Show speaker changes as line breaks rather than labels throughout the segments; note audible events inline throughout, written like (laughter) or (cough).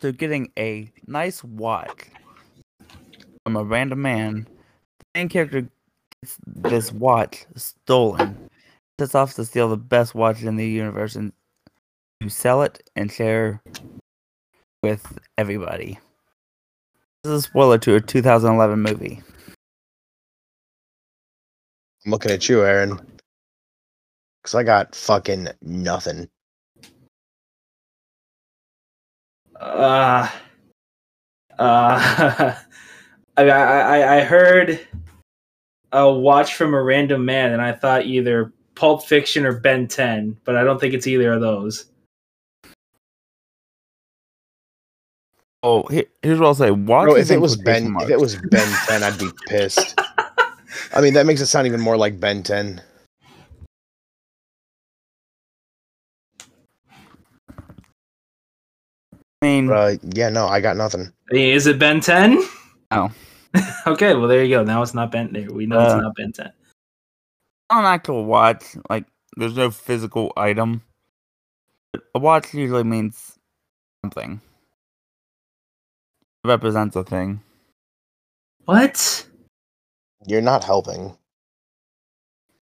they're getting a nice watch from a random man. The main character gets this watch stolen. Sets off to steal the best watch in the universe and to sell it and share with everybody. This is a spoiler to a 2011 movie.
I'm looking at you, Aaron. Because I got fucking nothing.
Uh, uh, (laughs) I, I, I heard a watch from a random man, and I thought either Pulp Fiction or Ben 10, but I don't think it's either of those.
Oh, here, here's what I'll say. Watch
Bro,
is
if it
in
was Ben,
quotation
if it
marks.
was Ben Ten, I'd be pissed. I mean, that makes it sound even more like Ben Ten.
I mean,
Uh, yeah, no, I got nothing.
Is it Ben 10?
No.
(laughs) okay, well, there you go. Now it's not Ben. There, we know
Uh,
it's not Ben 10.
not an actual watch. Like, there's no physical item. But a watch usually means something. It represents a thing.
What?
You're not helping.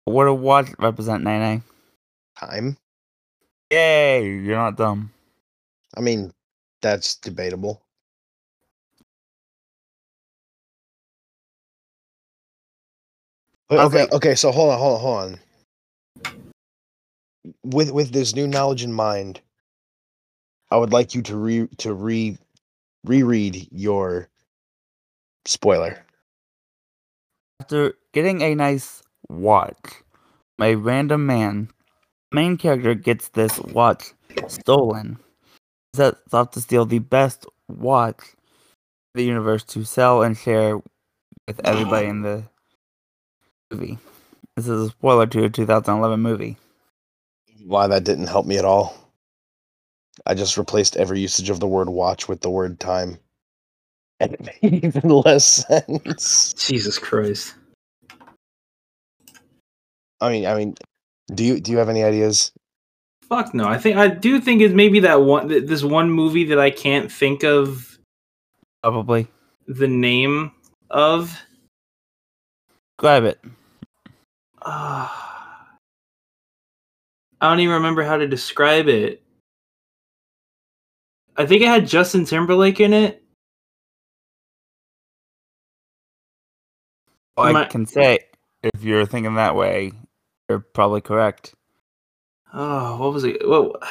What a watch represent, Nene?
Time.
Yay! You're not dumb.
I mean, that's debatable. But
I
okay,
think-
okay. So hold on, hold on, hold on. With with this new knowledge in mind, I would like you to re to re reread your spoiler.
After getting a nice watch from a random man, main character gets this watch stolen. Sets off to steal the best watch in the universe to sell and share with everybody in the movie. This is a spoiler to a 2011 movie.
Why that didn't help me at all. I just replaced every usage of the word watch with the word time. (laughs) And it made even less sense.
Jesus Christ.
I mean, I mean, do you do you have any ideas?
Fuck no. I think I do think it's maybe that one th- this one movie that I can't think of
Probably.
the name of.
Grab it.
Uh, I don't even remember how to describe it. I think it had Justin Timberlake in it.
All I
My-
can say, if you're thinking that way, you're probably correct.
Oh, what was it? What?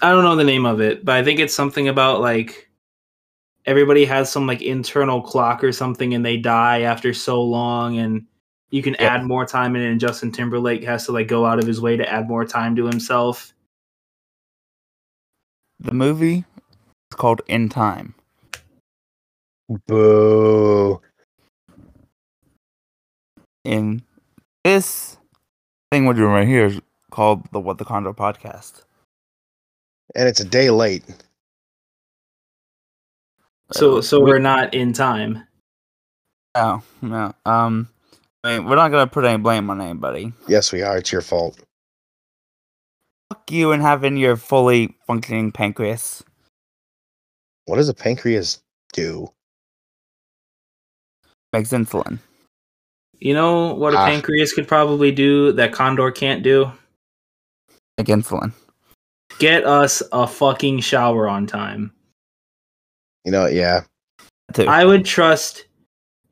I don't know the name of it, but I think it's something about like everybody has some like internal clock or something, and they die after so long, and you can
Yeah.
add more time in. it, And Justin Timberlake has to like go out of his way to add more time to himself.
The movie is called In Time.
Boo.
And this thing we're doing right here is called the What the Condo podcast.
And it's a day late.
So,
Uh,
so
we-
we're not in time.
no, no. Um, I mean, we're not gonna put any blame on anybody.
Yes, we are. It's your fault.
Fuck you and having your fully functioning pancreas.
What does a pancreas do?
Makes insulin.
You know what a
Ah.
pancreas could probably do that Condor can't do?
Make insulin.
Get us a fucking shower on time.
You know, yeah.
Too.
I would trust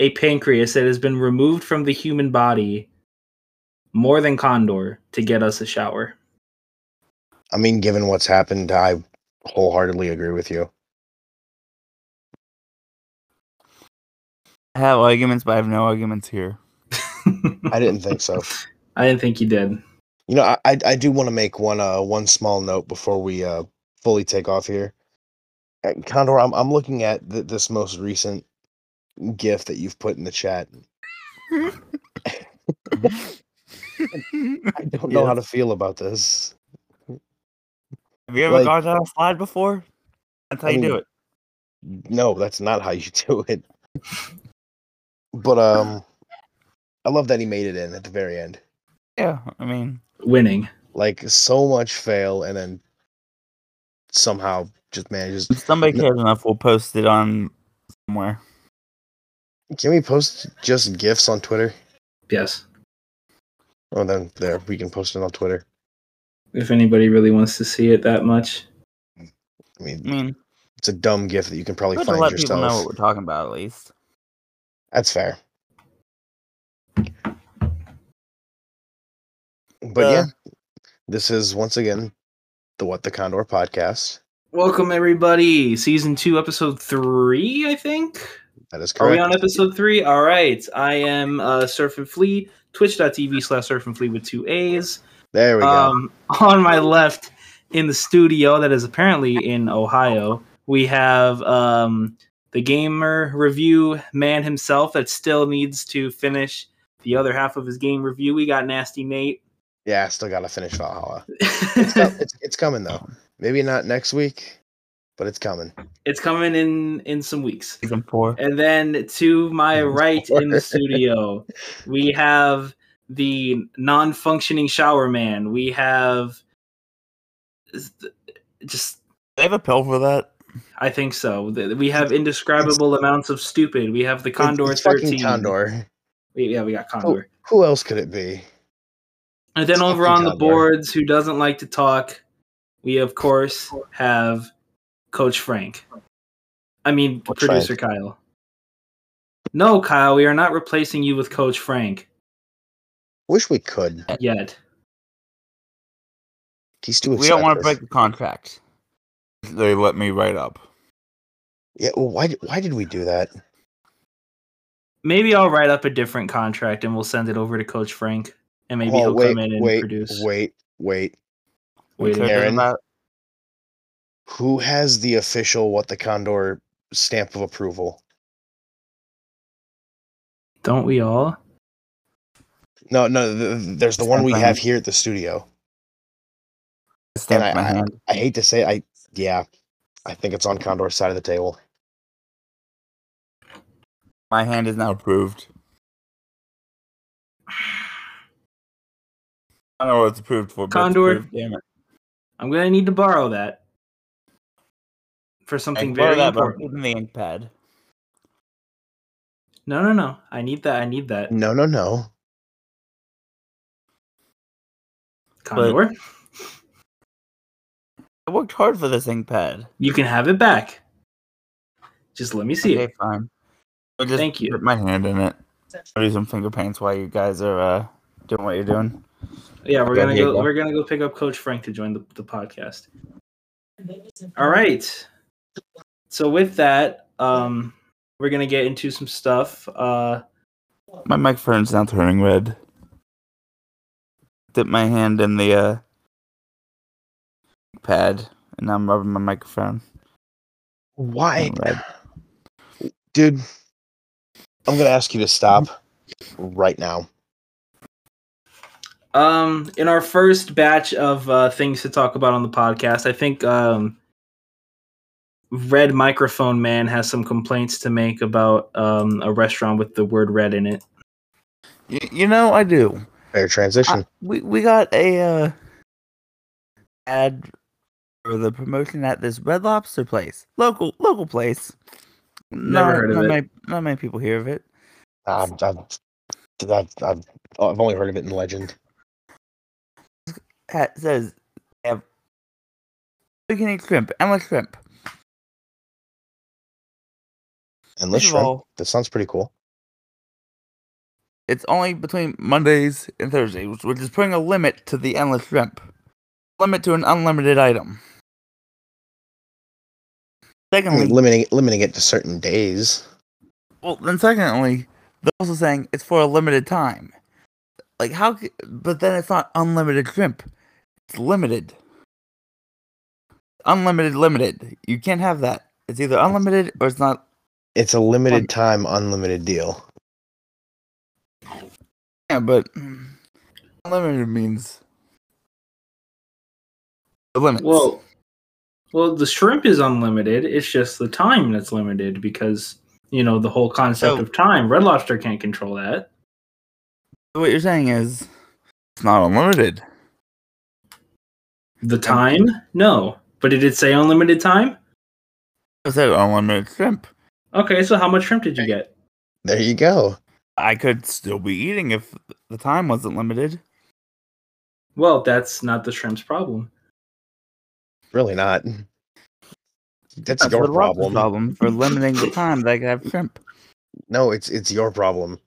a pancreas that has been removed from the human body more than Condor to get us a shower.
I mean, given what's happened, I wholeheartedly agree with you.
I have arguments, but I have no arguments here.
(laughs) I didn't think so.
I didn't think you did.
You know, I I, I do want to make one uh one small note before we uh fully take off here. Uh, Condor, I'm I'm looking at th- this most recent gif that you've put in the chat. I don't know how to feel about this.
Have you ever
Like-
gone down a slide before? That's how
I
you
mean-
do it.
No, that's not how you (laughs) do it. But um I love that he made it in at the very end.
Yeah, I mean,
Winning.
Like so much fail and then somehow just manages. (laughs)
If somebody
No.
cares enough, we'll post it on somewhere.
Can we post just gifs on Twitter?
Yes.
Oh, then there we can post it on Twitter.
If anybody really wants to see it that much.
I mean,
I mean,
it's a dumb gif that you can probably
good to
find
let people know
yourself.
what we're talking about at least.
That's fair. But
Uh,
yeah, this is once again the What the Condor podcast.
Welcome everybody. Season two, episode three, I think.
That is
Are we
correct.
on episode three? All right. I am uh, Surf and Flea, twitch.tv slash surf and flea with two A's.
there we go.
Um, (laughs) on my left in the studio that is apparently in Ohio, we have um, the gamer review man himself that still needs to finish the other half of his game review. We got Nasty Nate. (laughs)
yeah, I still gotta finish Valhalla. It's, com- it's, it's coming though. Maybe not next week, but it's coming.
it's coming in in some weeks.
Season four.
And then to my right in the studio, we have the non-functioning shower man. We have just
They have a pill for that.
I think so. Th- We have indescribable amounts of stupid. We have the
It's-
Condor
it's fucking
13.
Condor.
We- yeah, we got Condor.
Who else could it be?
and then
it's
over
fucking
on the
Condor.
boards, who doesn't like to talk, we of course have Coach Frank. I mean,
Coach
producer Kyle. No, Kyle, we are not replacing you with Coach Frank
Wish we could.
yet.
He's too
We
expensive.
don't want to break the contract. They let me write up.
Yeah, well, why? Why did we do that?
Maybe I'll write up a different contract and we'll send it over to Coach Frank, and maybe
Well,
he'll
Oh, wait,
come in and
wait,
produce.
wait, wait.
We
Wait,
care
Aaron.
about-
Who has the official what the Condor stamp of approval?
Don't we all?
No, no. th- th- there's the one we
Stamp
have
on-
here at the studio.
I stamped
And I-
my hand.
I hate to say, I yeah, I think it's on Condor's side of the table.
My hand is now approved. I don't know what it's approved for. But it's
Condor.
approved, damn it.
I'm gonna need to borrow that for
I can
something
borrow
very
that, but I'm
important.
keeping the ink pad.
No, no, no. I need that. I need that.
No, no, no.
Condor,
I worked hard for this ink pad.
you can have it back. Just let me see
Okay,
it.
fine. I'll just
Thank you.
Put my hand in it. I'll do some finger paints while you guys are uh, doing what you're doing.
Yeah, we're
Yeah,
gonna
here
go.
you go.
We're gonna go pick up Coach Frank to join the, the podcast. All right. So with that, um, we're gonna get into some stuff. Uh,
My microphone's now turning red. Dip my hand in the uh, pad, and now I'm rubbing my microphone.
Why,
Red.
dude? I'm gonna ask you to stop right now.
um, in our first batch of uh, things to talk about on the podcast, I think um, Red Microphone Man has some complaints to make about um, a restaurant with the word "red" in it.
You, you know I do.
Fair transition.
I- we we got a uh, ad for the promotion at this Red Lobster place, local local place.
Never
not,
heard of
not
it.
Many, not many people hear of it.
I've, I've, I've, I've, I've only heard of it in legend.
Hat says they have beginning shrimp, endless shrimp.
And
First
let's
of
shrimp.
all,
That sounds pretty cool.
it's only between Mondays and Thursdays, which is putting a limit to the endless shrimp. Limit to an unlimited item. Secondly,
Limiting, limiting it to certain days.
Well, then secondly, they're also saying it's for a limited time. Like how? c- But then it's not unlimited shrimp. It's limited. Unlimited, limited. You can't have that. It's either unlimited or it's not.
It's a limited time, unlimited deal.
Yeah, but mm, unlimited means the limits.
Well, well, the shrimp is unlimited. It's just the time that's limited because you know the whole concept
So-
of time. Red Lobster can't control that.
So what you're saying is it's not unlimited.
The time? No. But did it say unlimited time?
I said unlimited shrimp.
Okay, so how much shrimp did you get?
There you go.
I could still be eating if the time wasn't limited.
Well, that's not the shrimp's problem.
Really not. That's,
That's
your
the Robert's
problem.
problem for limiting the time that I could have shrimp.
No, it's it's your problem.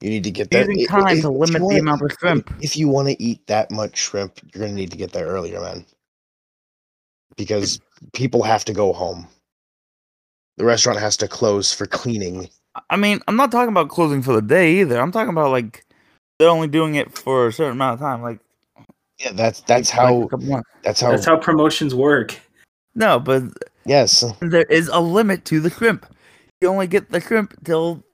You need to get (laughs) that
Using
i-
time to
if- if you
limit the
wanna-
amount of shrimp.
If you want to eat that much shrimp, you're gonna need to get there earlier, man. Because people have to go home. The restaurant has to close for cleaning.
I mean, I'm not talking about closing for the day either. I'm talking about like they're only doing it for a certain amount of time, like
Yeah, that's that's
like a
how
couple months.
that's how
That's how promotions work. (laughs)
No, but
(laughs) yes.
there is a limit to the shrimp. You only get the shrimp till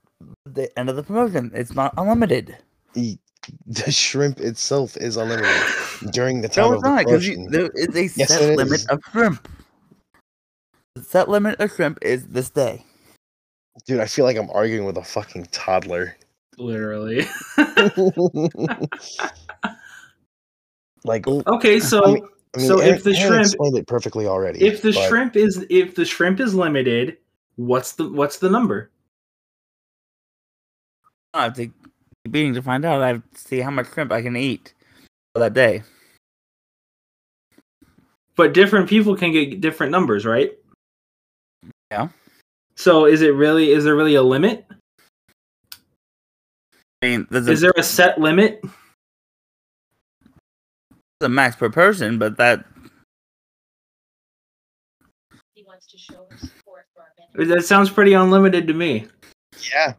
the end of the promotion. It's not unlimited.
e- The shrimp itself is unlimited during the time
No,
of
it's
the
not because
promotion.
there is a
Yes,
set
it
limit
is.
of shrimp. The set limit of shrimp is this day.
Dude, I feel like I'm arguing with a fucking toddler. (laughs)
Literally.
like, I mean,
Okay, so
I mean,
So if
Aaron-
the
Aaron
shrimp-
explained it perfectly already.
if the
but
shrimp is if the shrimp is limited, what's the what's the number?
I have to keep eating to find out. I have to see how much shrimp I can eat for that day.
But different people can get different numbers, right?
Yeah.
So is it really is there really a limit?
I mean, there's a,
Is there a set limit?
a max per person, but that
He wants to show his support for our men.
That sounds pretty unlimited to
(laughs)
me.
yeah,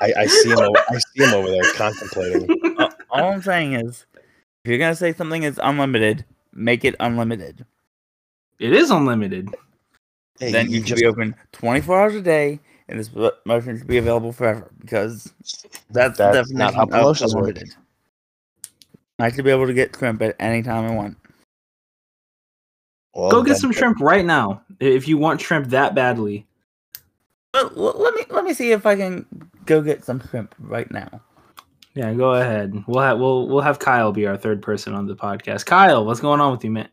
I, I see him. Over, I see him over there contemplating.
all I'm saying is, if you're gonna say something is unlimited, make it unlimited.
It is unlimited.
Hey,
then you, should
you just
be open 24 hours a day, and this pro- promotion should be available forever because that's, the
That's
definition
not how
of
promotions work.
unlimited. I should be able to get shrimp at any time I want.
well,
Go get
then-
some shrimp right now if you want shrimp that badly.
But l- let me let me see if I can go get some shrimp right now.
Yeah, go ahead. We'll have we'll we'll have Kyle be our third person on the podcast. Kyle, what's going on with you, man?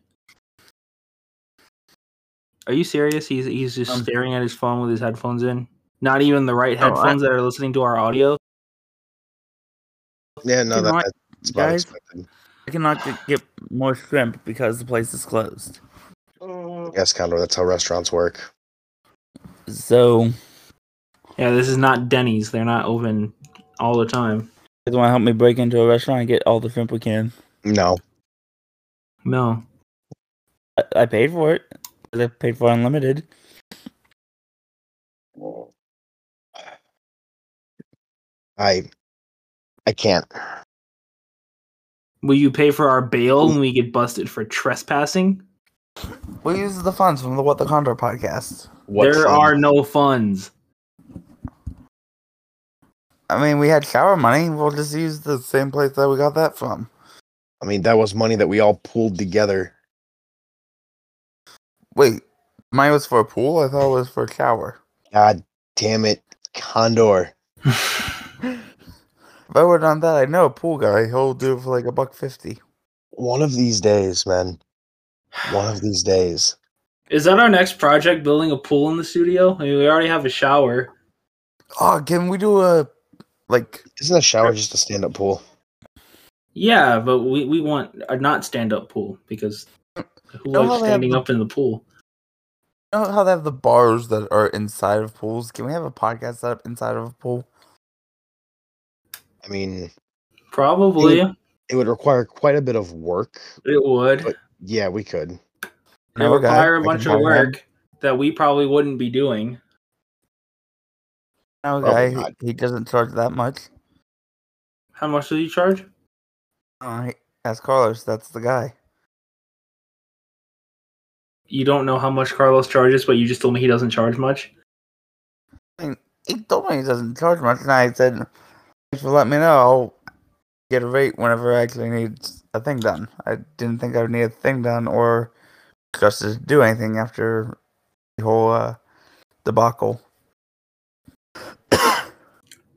Are you serious? He's he's just
Um,
staring at his phone with his headphones in. Not even the right
No, I-
headphones that are listening to our audio.
Yeah, no,
You know
that,
what,
that's about
guys?
expected.
I cannot get, get more shrimp because the place is closed.
Yes, Condor. That's how restaurants work.
So,
Yeah, this is not Denny's. They're not open all the time.
you want to help me break into a restaurant and get all the shrimp we can?
No,
No.
I, I paid for it. I paid for unlimited.
I, I can't.
Will you pay for our bail when we get busted for trespassing?
We use the funds from the What the Condor podcast.
What
there
fun.
are
(laughs)
no funds.
I mean, we had shower money. We'll just use the same place that we got that from.
I mean, that was money that we all pooled together.
Wait, mine was for a pool. I thought it was for a shower.
God damn it, Condor.
If I were done that, I know a pool guy. He'll do it for like a buck fifty.
One of these days, man. One of these days.
Is that our next project? Building a pool in the studio? I mean, we already have a shower.
Oh, can we do a like?
Isn't a shower just a stand up pool?
Yeah, but we, we want a not stand up pool because who
No,
likes
they have
standing
the-
up in the pool?
You know how they have the bars that are inside of pools? Can we have a podcast set up inside of a pool?
I mean,
Probably
it would require quite a bit of work.
it would.
But- Yeah, we could.
It
No,
would
guys,
require
I
a
can
bunch
buy
of
one.
work that we probably wouldn't be doing.
No,
Probably
guy,
not.
he, he doesn't charge that much.
How much do you charge?
Uh, he- ask Carlos. That's the guy.
You don't know how much Carlos charges, but you just told me he doesn't charge much.
he told me he doesn't charge much, and I said, "Thanks for letting me know. I'll get a rate whenever I actually need a thing done." I didn't think I would need a thing done or just to do anything after (coughs) the whole uh, debacle.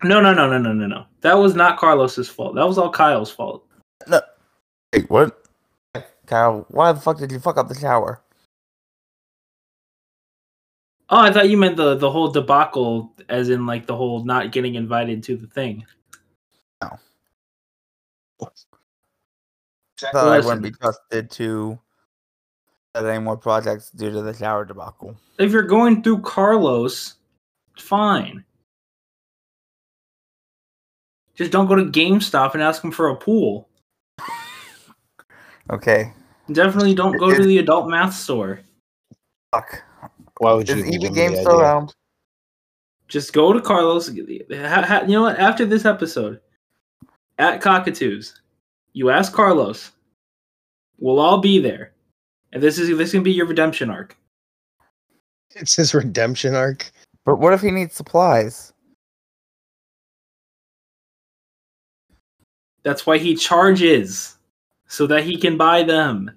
No, no, no, no, no, no, no. That was not Carlos's fault. That was all Kyle's fault.
Wait, what? Kyle, why the fuck did you fuck up the shower?
Oh, I thought you meant the the whole debacle, as in like the whole not getting invited to the thing.
I thought I
Listen.
wouldn't be trusted to set any more projects due to the shower debacle.
If you're going through Carlos, fine. Just don't go to GameStop and ask him for a pool.
Okay.
Definitely don't go to the adult math store.
Fuck.
Why would
Is
you even
EB
give me
Games
the
still
idea?
around?
Just go to Carlos. Ha, ha, you know what? After this episode, at Cockatoos, you ask Carlos. We'll all be there, and this is this can be your redemption arc.
It's his redemption arc.
But what if he needs supplies?
That's why he charges, so that he can buy them.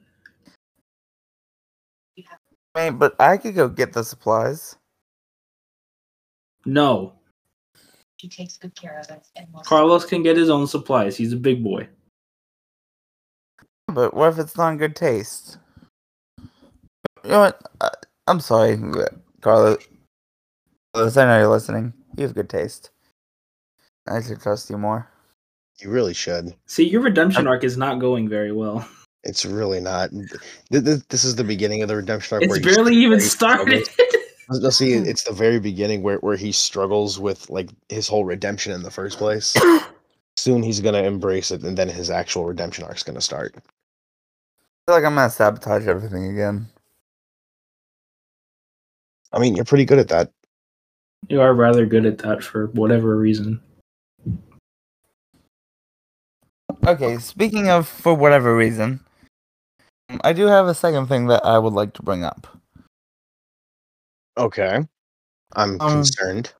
I mean, but I could go get the supplies.
No,
She takes good care of us and will
Carlos can get his own supplies. He's a big boy.
But what if it's not in good taste? You know what? I, I'm sorry, Carlos. Carlos, I know you're listening. You have good taste. I should trust you more.
You really should.
See, your redemption arc is not going
(laughs)
very well.
It's really not. Th- th- This is the beginning of the redemption arc.
It's
he
barely even
struggles-
started. (laughs)
No, no, see, it's the very beginning where, where he struggles with like his whole redemption in the first
(coughs)
place. Soon he's gonna embrace it, and then his actual redemption arc's gonna start.
I feel like I'm gonna sabotage everything again.
I mean, you're pretty good at that.
you are rather good at that for whatever reason.
Okay, speaking of for whatever reason, um, I do have a second thing that I would like to bring up.
Okay, I'm
Um,
concerned.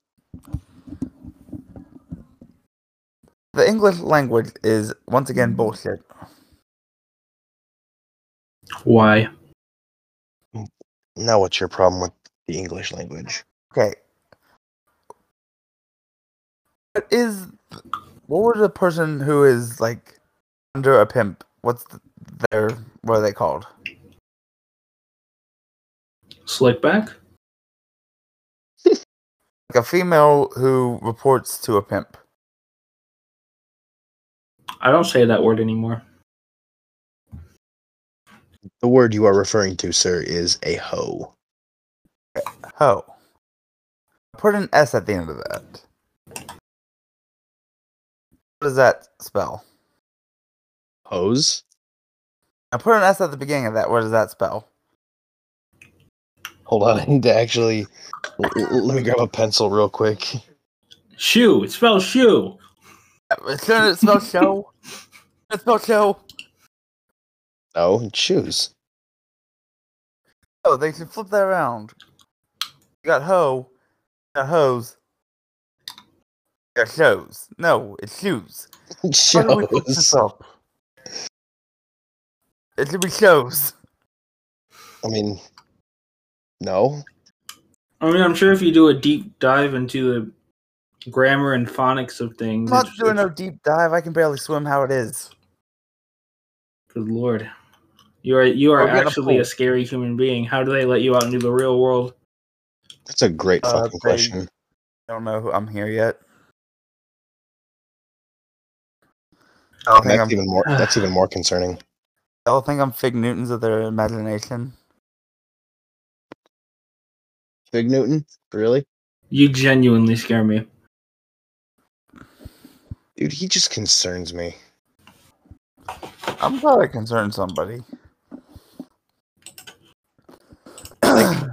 The English language is once again bullshit.
Why?
Now, what's your problem with the English language?
Okay. What is what would a person who is like under a pimp? What's th- their what are they called?
Slickback?
Like a female who reports to a pimp.
I don't say that word anymore.
The word you are referring to, sir, is a hoe.
Ho. Put an S at the end of that. What does that spell?
Hose?
I put an S at the beginning of that. What does that spell?
Hold on, (laughs) I need to actually. l- l- let me grab a pencil real quick.
Shoe. It spells shoe.
Uh, Shouldn't it spell show? Shouldn't it spell show?
No, shoes. (laughs)
Oh, they should flip that around. You got hoe, you got hose, you got shows. No, it's shoes. Why did we fuck this
Shoes.
up? It should be shows.
I mean, no.
I mean, I'm sure if you do a deep dive into the grammar and phonics of
I'm
things.
not
it's-
doing no deep dive. I can barely swim how it is.
Good lord. You are you are
We're gonna
actually
pull.
a scary human being. How do they let you out into the real world?
That's a great
Uh,
fucking
they-
question.
I don't know who I'm here yet. I don't think
That's
I'm,
even more. That's even more concerning.
they'll think I'm Fig Newtons of their imagination.
Fig Newton, really?
You genuinely scare me.
Dude, he just concerns me.
I'm glad I concerned somebody.
(clears throat)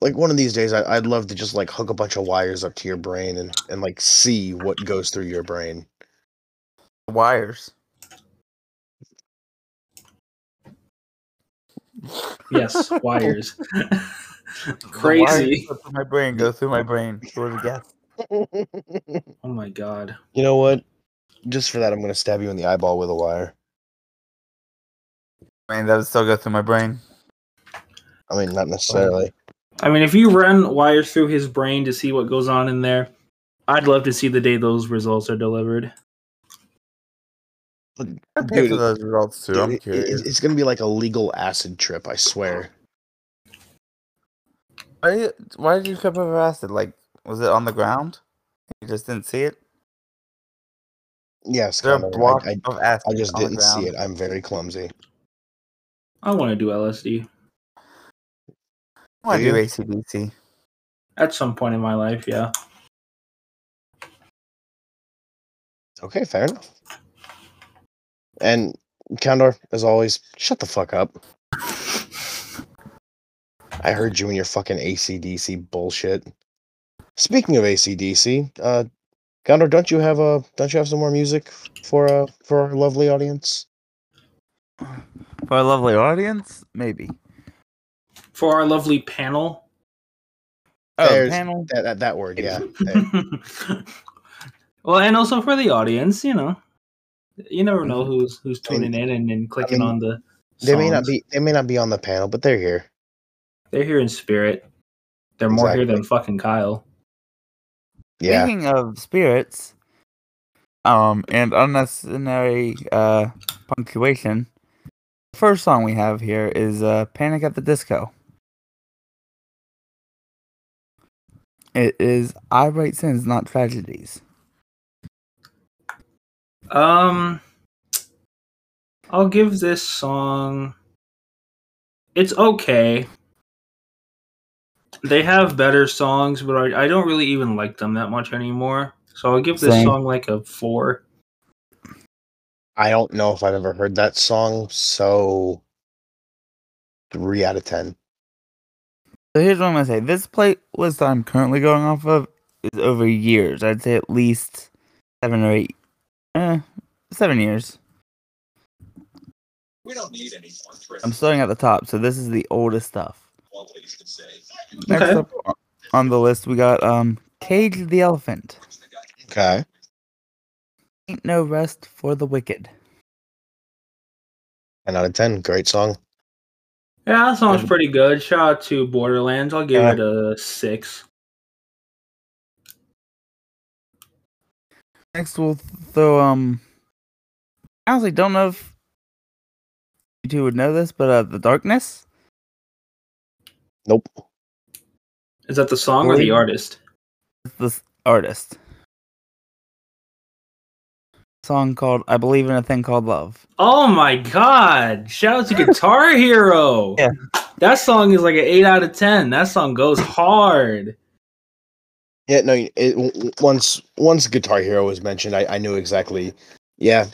Like one of these days, I, I'd love to just like hook a bunch of wires up to your brain and and like see what goes through your brain.
Wires. (laughs)
Yes, wires. (laughs)
The Wires
Crazy.
go through my brain. Go through my brain. Who would have guessed?
you
Oh my god.
know what? Just for that, I'm gonna stab you in the eyeball with a wire.
I mean, that would still go through my brain.
I mean, not necessarily.
I mean, if you run wires through his brain to see what goes on in there, I'd love to see the day those results are delivered.
I'm paying for
Dude,
those results too.
Dude,
I'm
it- it-
curious.
it's gonna be like a legal acid trip, I swear.
I-
Why, did- why did you come up with acid? Like, was it on the ground? You just didn't see it.
Yes,
Is there a
Connor, I-
block
I,
of acid?
I just
on the
didn't see
ground?
it. I'm very clumsy.
I want to do LSD
I want
Do
to do
you?
ACDC.
at some point in my life. Yeah.
Okay, fair enough. And Condor, as always, shut the fuck up. I heard you and your fucking ACDC bullshit. Speaking of ACDC, uh, Condor, don't you have a don't you have some more music for uh for our lovely audience?
For our lovely audience, maybe.
For our lovely panel. (laughs)
Oh,
There's-
panel.
That that, that word, yeah.
well, and also for the audience, you know, you never know who's who's
Mm-hmm. I mean-
tuning in and then clicking
mean,
on the.
They may not
songs.
be they may not be on the panel, but they're here.
They're here in spirit. They're more here than
Exactly.
fucking Kyle.
Yeah.
Speaking of spirits, um, and unnecessary uh punctuation. The first song we have here is uh, "Panic at the Disco." It is "I Write Sins, Not Tragedies."
Um, I'll give this song. It's okay. They have better songs, but I, I don't really even like them that much anymore. So I'll give this
Same.
song like a four.
I don't know if I've ever heard that song, so three out of ten.
So here's what I'm gonna say: this playlist I'm currently going off of is over years. I'd say at least seven or eight, eh, seven years.
We don't need any more thrift.
I'm starting at the top, so this is the oldest stuff.
Always could say.
Next
Okay.
up o- on the list, we got um Cage the Elephant.
Okay.
Ain't no rest for the wicked.
Ten out of ten. Great song.
Yeah, that song's pretty good. Shout out to Borderlands. I'll give
Yeah.
it a six.
Next, we'll throw um. I honestly don't know if you two would know this, but uh, the darkness.
Nope.
Is that the song or the
Really?
artist?
this artist. Song called I Believe in a Thing Called Love.
Oh my god! Shout out to Guitar Hero.
(laughs) Yeah.
That song is like an eight out of ten. That song goes hard.
Yeah, no. It, w- w- once once Guitar Hero was mentioned, I, I knew exactly. Yeah,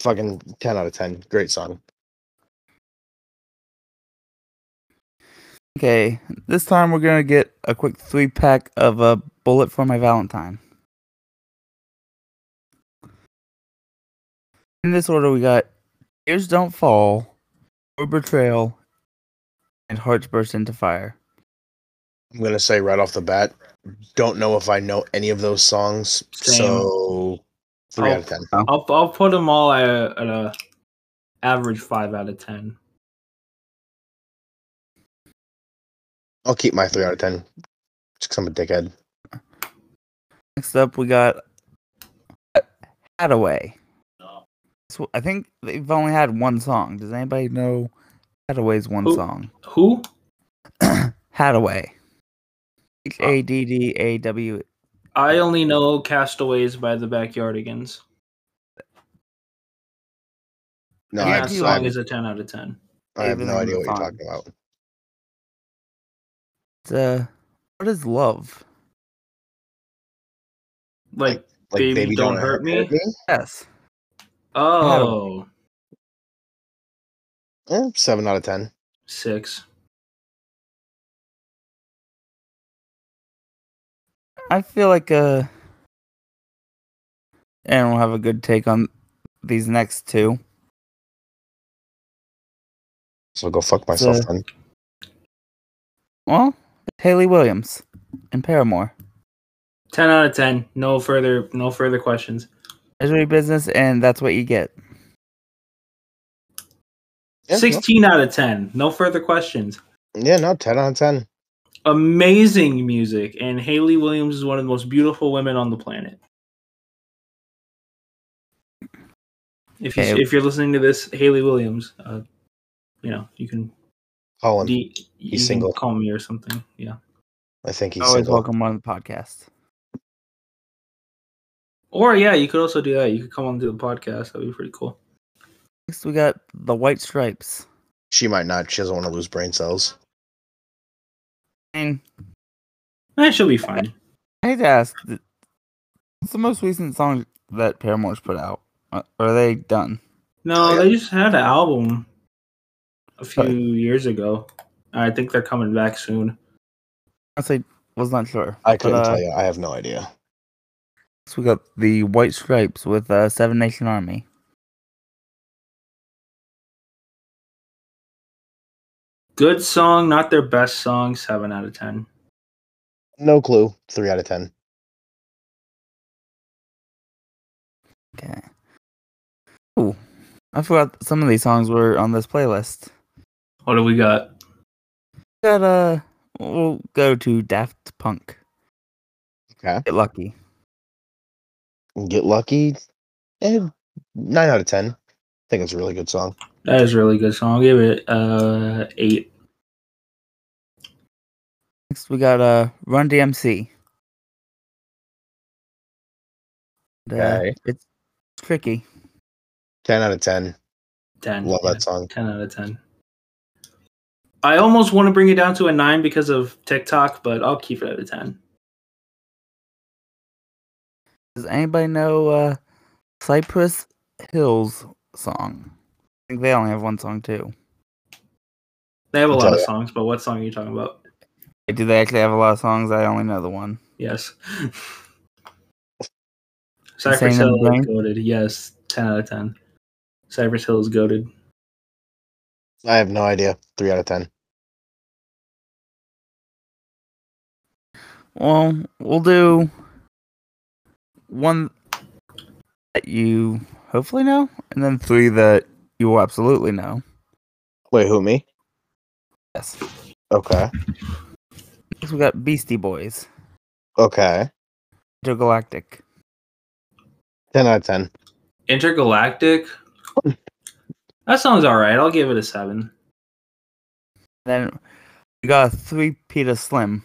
fucking ten out of ten. Great song.
Okay, this time we're gonna get a quick three pack of a uh, bullet for my Valentine. In this order, we got Tears Don't Fall, Or Betrayal, and Hearts Burst Into Fire.
I'm gonna say right off the bat, don't know if I know any of those songs.
Same.
So three
Oh.
out of ten.
I'll I'll put them all at a, at a average five out of ten.
I'll keep my three out of ten. Just 'cause I'm a dickhead.
Next up, we got Hadaway.
No.
So I think they've only had one song. Does anybody know Hadaway's one
Who?
song? (clears throat)
Who?
Hadaway. H A D D A W.
I only know Castaways by the Backyardigans.
No,
Yeah,
I,
that
have,
do
I
song
like-
have,
is a ten out of ten.
I have
even
no
on
idea
the
what you're
song.
talking about.
It's, Uh, what is love?
Like,
Like
Baby, Don't Hurt Me?
Yes.
oh,
Eh, seven out of ten.
six.
I feel like uh, and we'll have a good take on these next two.
So go fuck myself
uh,
then.
Well, Haley Williams and Paramore.
Ten out of ten. No further no further questions.
Misery business, and that's what you get.
Yeah, no-
Sixteen out of ten. No further questions.
yeah, no, ten out of ten.
amazing music, and Haley Williams is one of the most beautiful women on the planet. If you,
Okay.
if you're listening to this, Haley Williams, uh, you know you can,
Colin,
D, you can
single.
call me or something. Yeah,
I think he's
Always
single.
welcome on the podcast.
or yeah, you could also do that. You could come on to the podcast. That'd be pretty cool.
Next, we got the White Stripes.
She might not. She doesn't want to lose brain cells.
And
Eh, she'll be fine.
I hate to ask, th- what's the most recent song that Paramore's put out? Uh, Are they done?
Oh,
No, they just had an album a few years ago. I think they're coming back soon.
Honestly, was not sure.
I
But,
couldn't
uh,
tell you. I have no idea.
next we got the White Stripes with uh, Seven Nation Army.
Good song, not their best song. Seven out of ten.
No clue. Three out of ten.
Okay. Ooh, I forgot some of these songs were on this playlist.
What do we got?
We got uh, we'll go to Daft Punk.
Okay.
Get lucky.
Get lucky. Eh, nine out of ten. I think it's a really good song.
That is a really good song. I'll give it uh eight.
Next we got uh, Run DMC. And, uh,
Okay.
it's tricky.
Ten out of ten.
Ten.
Love
yeah,
that song.
Ten out of ten. I almost want to bring it down to a nine because of TikTok, but I'll keep it at a ten.
Does anybody know uh Cypress Hills song? I think they only have one song too.
They have a
I'll
lot
tell
of
ya.
songs, but what song are you talking about?
Wait, Do they actually have a lot of songs? I only know the one.
Yes.
Insane
Cypress
in
Hill
the Brain?
is goaded. Yes, ten out of ten. Cypress Hill is goaded.
I have no idea. Three out of ten.
Well, we'll do one that you hopefully know, and then three that you will absolutely know.
Wait, who me?
Yes.
Okay.
Next we got Beastie Boys,
Okay.
Intergalactic.
Ten out of ten.
Intergalactic. That song's all right. I'll give it a seven.
Then we got three Peter Slim,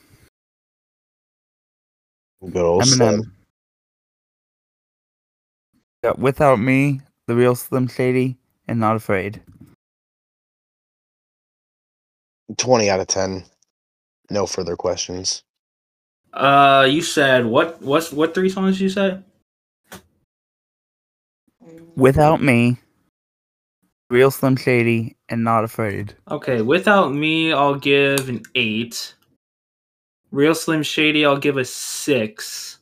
Good old
Eminem.
Slim.
We Got Without Me, The Real Slim Shady, and Not Afraid.
Twenty out of ten. No further questions.
Uh, you said what? What's what three songs you said?
Without Me, Real Slim Shady, and Not Afraid.
Okay, without me, I'll give an eight. Real Slim Shady, I'll give a six.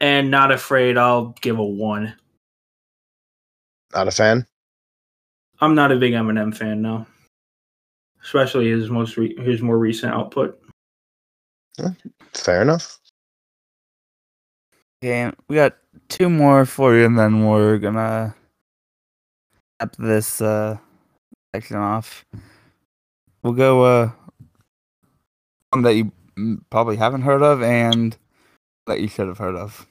And Not Afraid, I'll give a one.
Not a fan.
I'm not a big Eminem fan, no. Especially his most re- his more recent output.
Fair enough.
Okay, we got two more for you, and then we're gonna wrap this uh, section off. We'll go uh, one that you mm, probably haven't heard of, and that you should have heard of.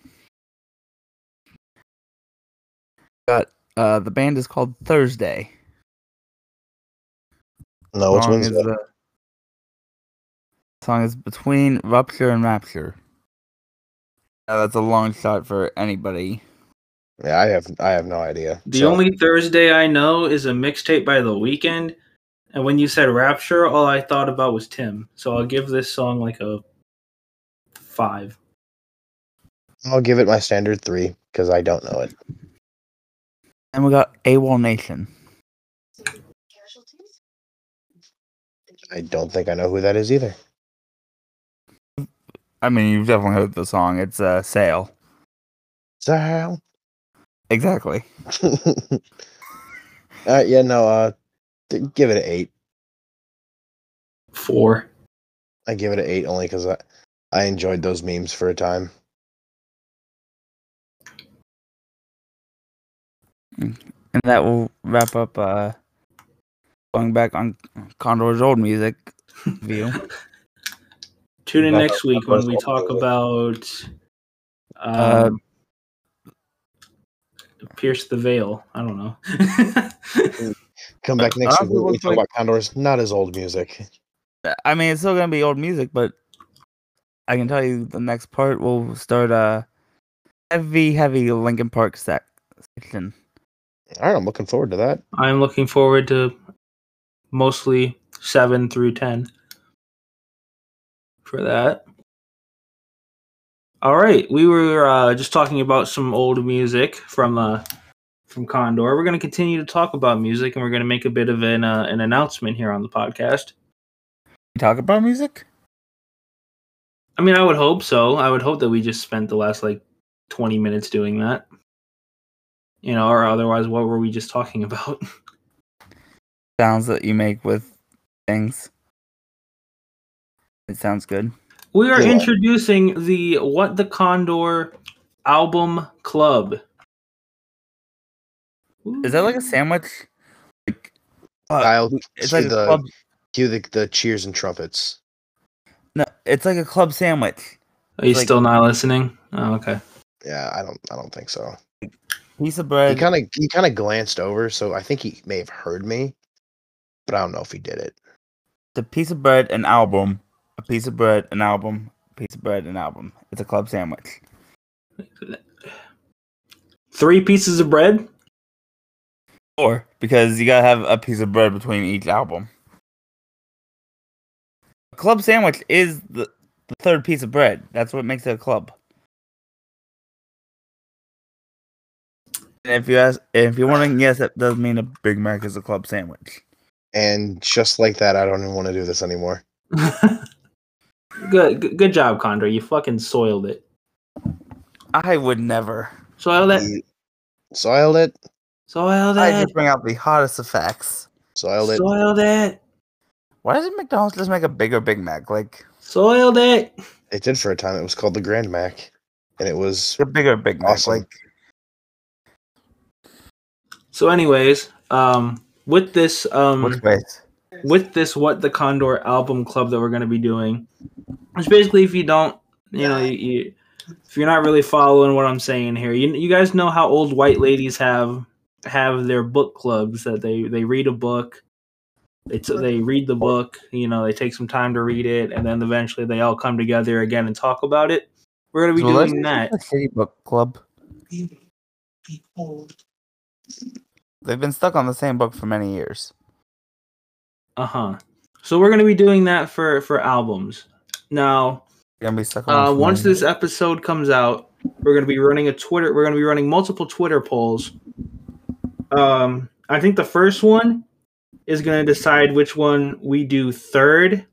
Got uh, the band is called Thursday.
No, it's
song is,
Wednesday.
uh, song is between rupture and rapture. Now that's a long shot for anybody.
Yeah, I have I have no idea.
The
So,
only Thursday I know is a mixtape by The Weeknd. And when you said Rapture, all I thought about was Tim. So I'll give this song like a five.
I'll give it my standard three because I don't know it.
And we got AWOL Nation.
Casualties?
I don't think I know who that is either.
I mean, you've definitely heard the song. It's uh, Sale.
So (laughs)
Exactly.
uh, yeah, no, uh d- give it an eight.
Four.
I give it an eight only because I, I enjoyed those memes for a time.
And that will wrap up (laughs) uh, going back on Condor's old music view.
Tune in
Back
next
up
week
that
when
first
we
one, by
talk
the way.
about
Uh,
um, Pierce the Veil. I don't know. (laughs)
Come back next
honestly
week. when We
looks
talk
Uh, like-
about Condor's not as old music.
I mean, it's still gonna be old music, but I can tell you the next part will start a heavy, heavy Linkin Park sec- section.
All right, I'm looking forward to that.
I'm looking forward to mostly 7 through 10 for that. All right, we were uh, just talking about some old music from uh, from Condor. We're going to continue to talk about music, and we're going to make a bit of an uh, an announcement here on the podcast.
We talk about music?
I mean, I would hope so. I would hope that we just spent the last like 20 minutes doing that. You know, or otherwise, what were we just talking (laughs) about?
Sounds that you make with things. It sounds good.
We are
Yeah.
introducing the What the Condor Album Club.
Is that like a sandwich? Like, uh,
I'll
it's
cue
like a
the
club.
cue the, the cheers and trumpets.
No, it's like a club sandwich.
Are you
like-
still not listening? Oh, okay.
Yeah, I don't I don't think so.
Piece of
He
bread.
kind of he kind of glanced over, so I think he may have heard me, but I don't know if he did it.
It's a piece of bread, an album, a piece of bread, an album, piece of bread, an album. It's a club sandwich.
Three pieces of bread? (laughs)
Or because you gotta have a piece of bread between each album. A club sandwich is the, the third piece of bread. That's what makes it a club. And if you ask, if you're wondering, yes, that does mean a Big Mac is a club sandwich.
And just like that, I don't even want to do this anymore.
good, good good job, Condor. You fucking soiled it.
I would never.
Soiled it.
You soiled it,
Soiled
I
it.
just bring out the hottest of facts.
soiled it.
Soiled it.
Why doesn't McDonald's just make a bigger Big Mac? Like
Soiled it.
It did for a time. It was called the Grand Mac, and it was
a bigger Big Mac.
Awesome.
Like
So, anyways, um, with this, um,
which ways?
with this what the condor album club that we're going to be doing which basically if you don't you know you, you if you're not really following what i'm saying here you, you guys know how old white ladies have have their book clubs that they they read a book it's they read the book you know they take some time to read it and then eventually they all come together again and talk about it we're going to be
So let's
doing that
do the City Book Club.
Behold.
They've been stuck on the same book for many years.
uh-huh so we're going to be doing that for for albums now
gonna be stuck on
Uh,
for
once
many
this episode comes out, we're gonna be running a Twitter. We're gonna be running multiple Twitter polls. Um, I think the first one is gonna decide which one we do third,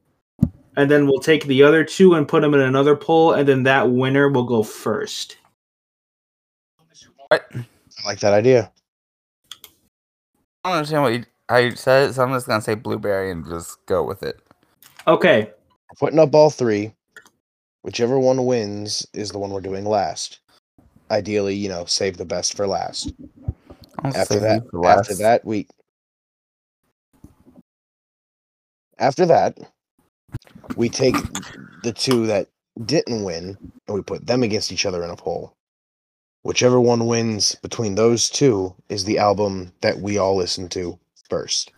and then we'll take the other two and put them in another poll, and then that winner will go first.
I like that idea.
I don't understand what you how you said it, so I'm just gonna say blueberry and just go with it.
Okay,
Putting up all three, whichever one wins is the one we're doing last. Ideally, you know, save the best for last.
I'll
After
save
that,
you for
after
last.
that, we. After that, we take the two that didn't win and we put them against each other in a poll. Whichever one wins between those two is the album that we all listen to first.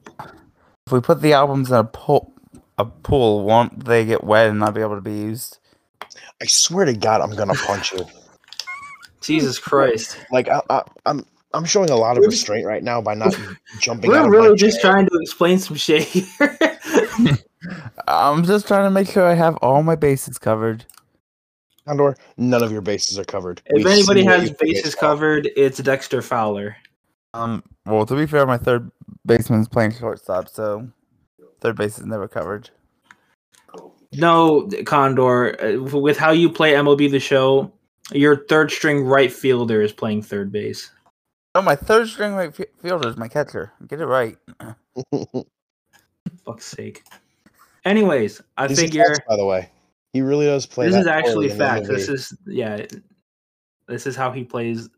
if we put the albums in a pool, a pool, won't they get wet and not be able to be used?
I swear to God, I'm gonna punch you.
Jesus Christ,
Like I, I, I'm, I'm showing a lot of
We're-
restraint right now by
(laughs)
not jumping. out
we're
of
really
my
just
chair.
trying to explain some shit here. (laughs)
I'm just trying to make sure I have all my bases covered.
Condor. None of your bases are covered.
if
We
anybody
see what
has
you create,
bases
pal.
covered, it's Dexter Fowler.
Um, well, to be fair, my third baseman's playing shortstop, so third base is never covered.
No, Condor, uh, with how you play MLB the show, your third string right fielder is playing third base.
Oh, my third string right fi- fielder is my catcher. Get it right.
(laughs)
Fuck's sake. Anyways, I
These are
figure
facts, by the way, he really does play.
this
that
is actually
poorly in the
fact. This
MLB.
is yeah. This is how he plays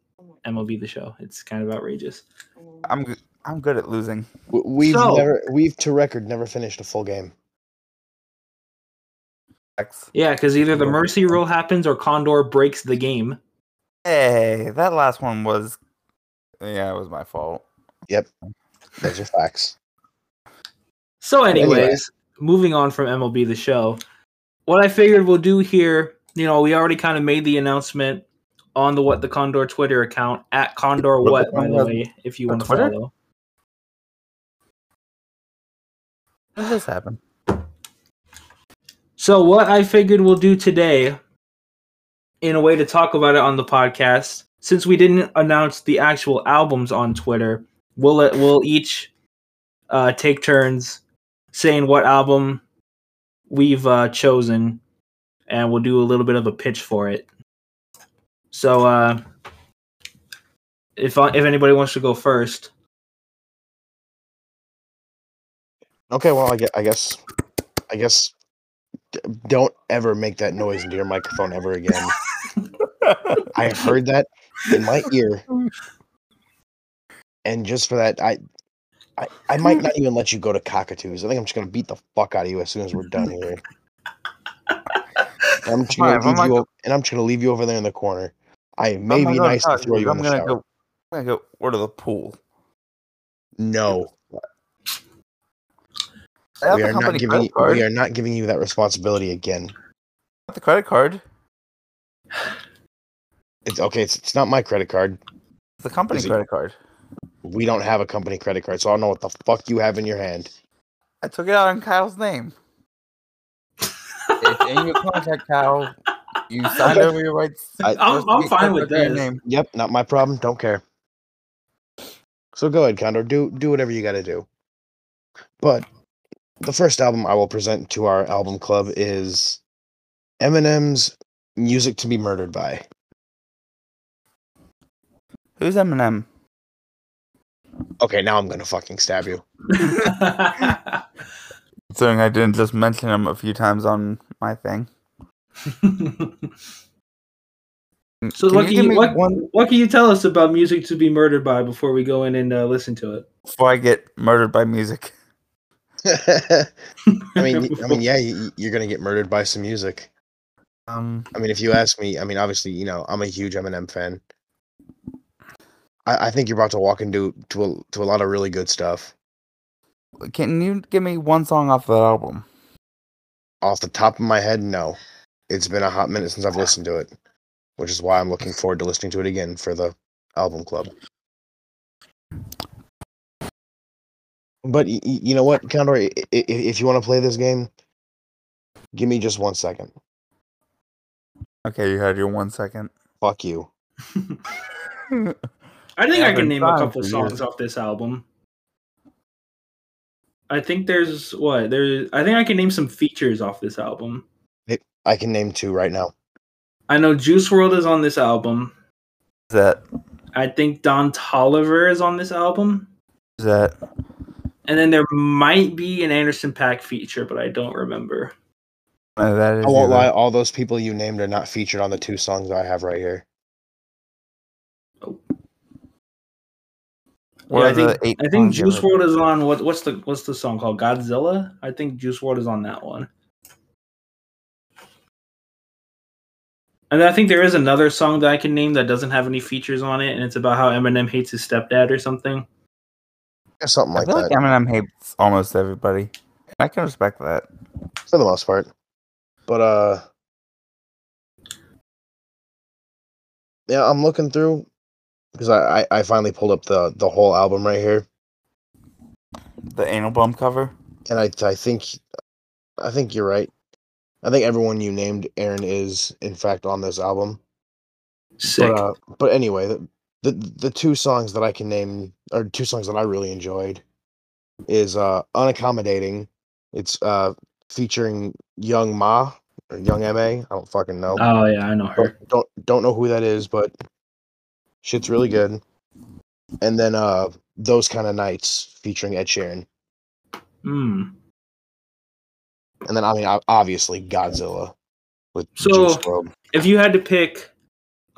MLB the show. It's kind of outrageous.
I'm g- I'm good at losing.
W- We've
So-
never, we've to record never finished a full game.
X.
Yeah, because either the mercy rule happens or Condor breaks the game.
Hey, that last one was. Yeah, it was my fault.
Those are facts.
So, anyways,
Anyway.
moving on from MLB the show, what I figured we'll do here, you know, we already kind of made the announcement on the What the Condor Twitter account at Condor
What the
What, by the
Condor-
way, if you
on
want to
Twitter?
follow.
How did this
(laughs)
happen?
So, what I figured we'll do today, in a way to talk about it on the podcast, since we didn't announce the actual albums on Twitter, we'll let, we'll each uh, take turns saying what album we've uh, chosen, and we'll do a little bit of a pitch for it. So, uh, if I- if anybody wants to go first,
Okay, well, I guess, I guess, I guess, d- don't ever make that noise into your microphone ever again. I have heard that
(laughs)
in my ear, and just for that, I, I, I might not even let you go to cockatoos. I think I'm just gonna beat the fuck out of you as soon as we're done here. And I'm just
Fine,
gonna
if I'm
leave
not
you, o- and I'm just gonna leave you over there in the corner. I may be nice to throw you
I'm
in the
gonna
shower.
go. I'm gonna go order the pool.
No,
I have
we
the
are not
company
giving.
credit
You,
card.
we are not giving you that responsibility again.
I have the credit card.
It's okay. It's, it's not my credit card.
It's the company
Is it-
credit card.
We don't have a company credit card, so I don't know what the fuck you have in your hand.
I took it out in Kyle's name. if any of you contact Kyle,
(laughs)
you signed over your rights.
I-
First
I'm- I'm
week,
fine
that's
with
under your
this.
name.
Yep, not my problem. Don't care. So go ahead, Condor. Do do whatever you got to do. But the first album I will present to our album club is Eminem's "Music to Be Murdered By."
Who's Eminem?
Okay, now I'm gonna fucking stab you. (laughs)
Considering I didn't just mention him a few times on my thing.
So
Can
what
you give
can, you,
me
what,
one
what can you tell us about music to be murdered by before we go in and uh, listen to it?
before I get murdered by music? (laughs)
I mean, y- I mean, yeah, y- y- you're gonna get murdered by some music.
Um,
I mean, if you ask me, I mean, obviously, you know, I'm a huge Eminem fan. I, I think you're about to walk into to a, to a lot of really good stuff.
can you give me one song off that album?
Off the top of my head, no, it's been a hot minute since I've listened to it, which is why I'm looking forward to listening to it again for the album club. But y- y- you know what, Condor, i- i- i- if you want to play this game, give me just one second.
Okay, you had your one second.
Fuck you.
I
Yeah,
think I
I've
can
been
name a
trying
couple
for
songs
years.
off this album. I think there's what there's. I think I can name some features off this album.
I can name two right now.
I know Juice World is on this album.
Is that
I think Don Tolliver is on this album,
is that
and then there might be an Anderson Pack feature, but I don't remember.
uh, that is
I won't
either.
lie, all those people you named are not featured on the two songs I have right here.
What
Yeah, I
are the
think
eight
I think
songs you
Juice
ever-
World is on what what's the what's the song called Godzilla? I think Juice World is on that one. And I think there is another song that I can name that doesn't have any features on it, and it's about how Eminem hates his stepdad or something.
Yeah, something
I
like
feel
that,
like Eminem hates almost everybody. And I can respect that.
for the most part. But uh Yeah, I'm looking through because I, I I finally pulled up the the whole album right here,
The anal bum cover.
and I I think I think you're right. I think everyone you named Aaron is in fact on this album.
Sick.
But, uh, but anyway, the, the the two songs that I can name or two songs that I really enjoyed is uh unaccommodating. It's uh featuring Young Ma or Young Ma. I don't fucking know.
oh yeah, I know her.
Don't, don't don't know who that is, but shit's really good. And then uh those kind of nights featuring Ed Sheeran,
Hmm.
and then I mean ob- obviously Godzilla with
So-
Juice WRLD.
if you had to pick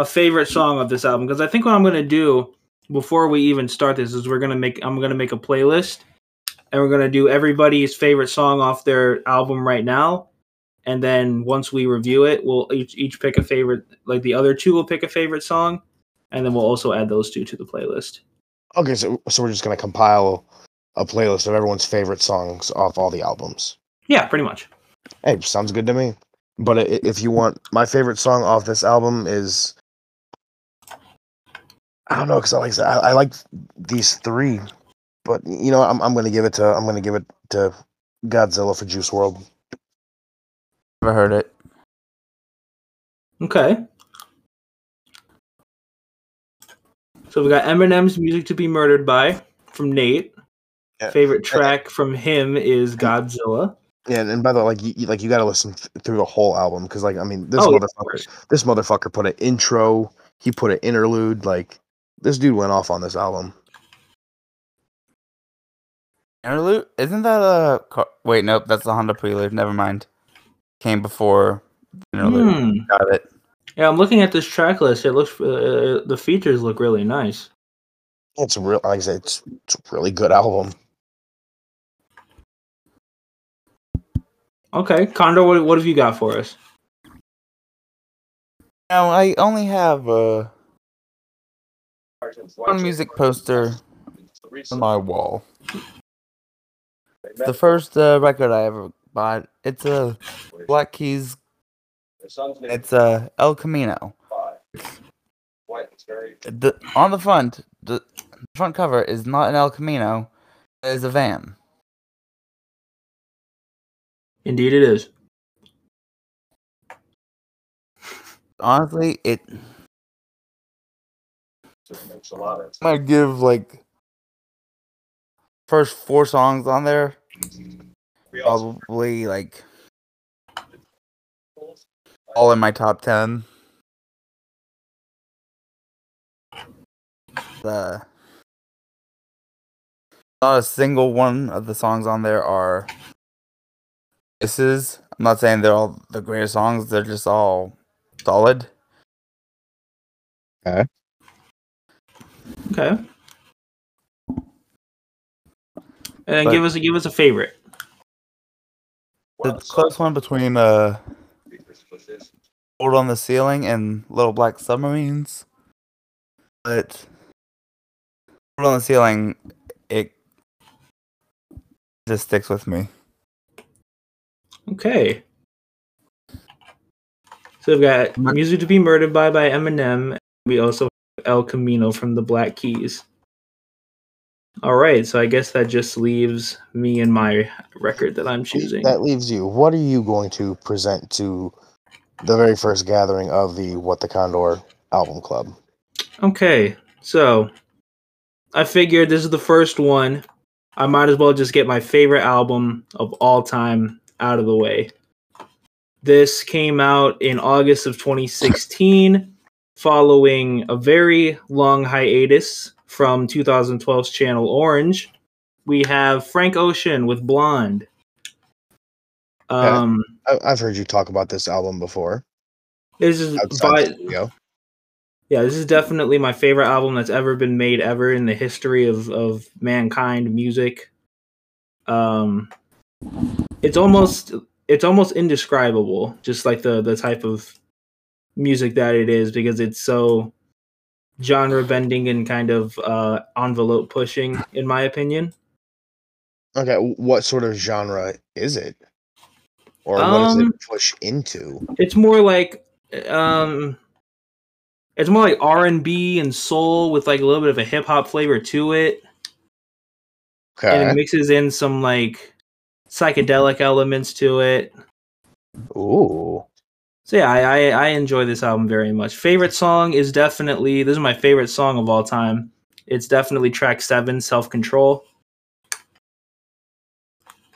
a favorite song of this album because i think what i'm going to do before we even start this is we're going to make i'm going to make a playlist and we're going to do everybody's favorite song off their album right now and then once we review it, we'll each, each pick a favorite. Like the other two will pick a favorite song, and then we'll also add those two to the playlist.
Okay, so so we're just gonna compile a playlist of everyone's favorite songs off all the albums.
Yeah, pretty much.
Hey, sounds good to me. But i- i- if you want, my favorite song off this album is I don't know because I like I, I like these three, but you know I'm I'm gonna give it to I'm gonna give it to Godzilla for Juice World.
Never heard it.
Okay. So we got Eminem's "Music to Be Murdered By" from Nate.
Yeah.
Favorite track from him is Godzilla.
Yeah, and by the way, like you, you- like you got to listen th- through the whole album because like I mean this
Oh, yeah, of
motherfucker
course.
this motherfucker put an intro, he put an interlude, like this dude went off on this album.
Interlude? Isn't that a car? Wait, nope. That's the Honda Prelude. Never mind. Came before Interlude.
Hmm.
Got it.
Yeah, I'm looking at this track list. It looks uh, the features look really nice.
It's a real like I said, it's, it's a really good album.
Okay, Condor, what, what have you got for us?
Now I only have uh, one music poster on my wall. The first uh, record I ever bought. It's a Black Keys. It's a El Camino. The on the front, the front cover is not an El Camino. It is a van.
Indeed, it is.
Honestly, it might give like first four songs on there probably like all in my top 10 the not a single one of the songs on there are this is i'm not saying they're all the greatest songs they're just all solid
Okay. And then
But-
give us a give us a favorite.
the close one between uh Hold on the Ceiling and Little Black Submarines. But Hold on the Ceiling, it just sticks with me.
Okay. So we've got "Music to Be Murdered By" by Eminem. We also have El Camino from the Black Keys. All right, so I guess that just leaves me and my record that I'm choosing.
That leaves you. What are you going to present to the very first gathering of the What the Condor album club?
Okay, so I figured this is the first one. I might as well just get my favorite album of all time out of the way. This came out in August of 2016, following a very long hiatus from 2012's Channel Orange. We have Frank Ocean with Blonde. Um,
I, I've heard you talk about this album before.
this is
Outside
by,
the studio.
Yeah, this is definitely my favorite album that's ever been made ever in the history of of mankind music. Um it's almost it's almost indescribable just like the the type of music that it is because it's so genre bending and kind of uh envelope pushing in my opinion.
Okay, wh- what sort of genre is it? Or what does
Um,
it push into?
It's more like um it's more like R&B and soul with like a little bit of a hip hop flavor to it. and
Okay.
it mixes in some like psychedelic elements to it.
Ooh.
So yeah, I, I I enjoy this album very much. Favorite song is definitely this is my favorite song of all time. It's definitely track seven, Self Control.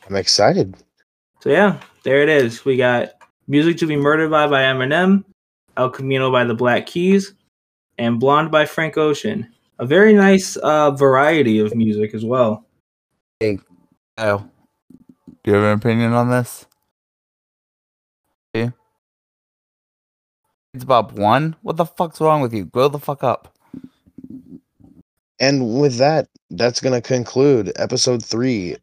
I'm excited.
So yeah, there it is. We got Music to Be Murdered by by Eminem, El Camino by the Black Keys, and Blonde by Frank Ocean. A very nice uh, variety of music as well.
Oh. Do you have an opinion on this? Yeah. It's about one? What the fuck's wrong with you? Grow the fuck up.
And with that, that's going to conclude episode three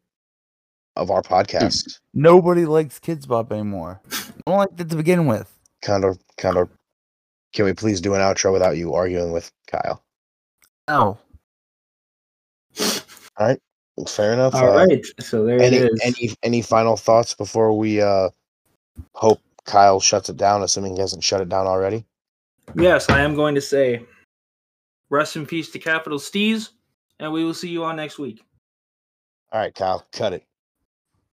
of
Hmm.
our podcast.
Nobody likes Kids Bop (laughs) anymore. I don't like it to begin with.
Condor, Condor, can we please do an outro without you arguing with Kyle?
No.
Well, fair enough.
All
uh,
right, so there it
Any,
is.
any any final thoughts before we uh hope Kyle shuts it down, assuming he hasn't shut it down already?
yes, I am going to say, rest in peace to Capital Steez, and we will see you all next week.
All right, Kyle, cut it.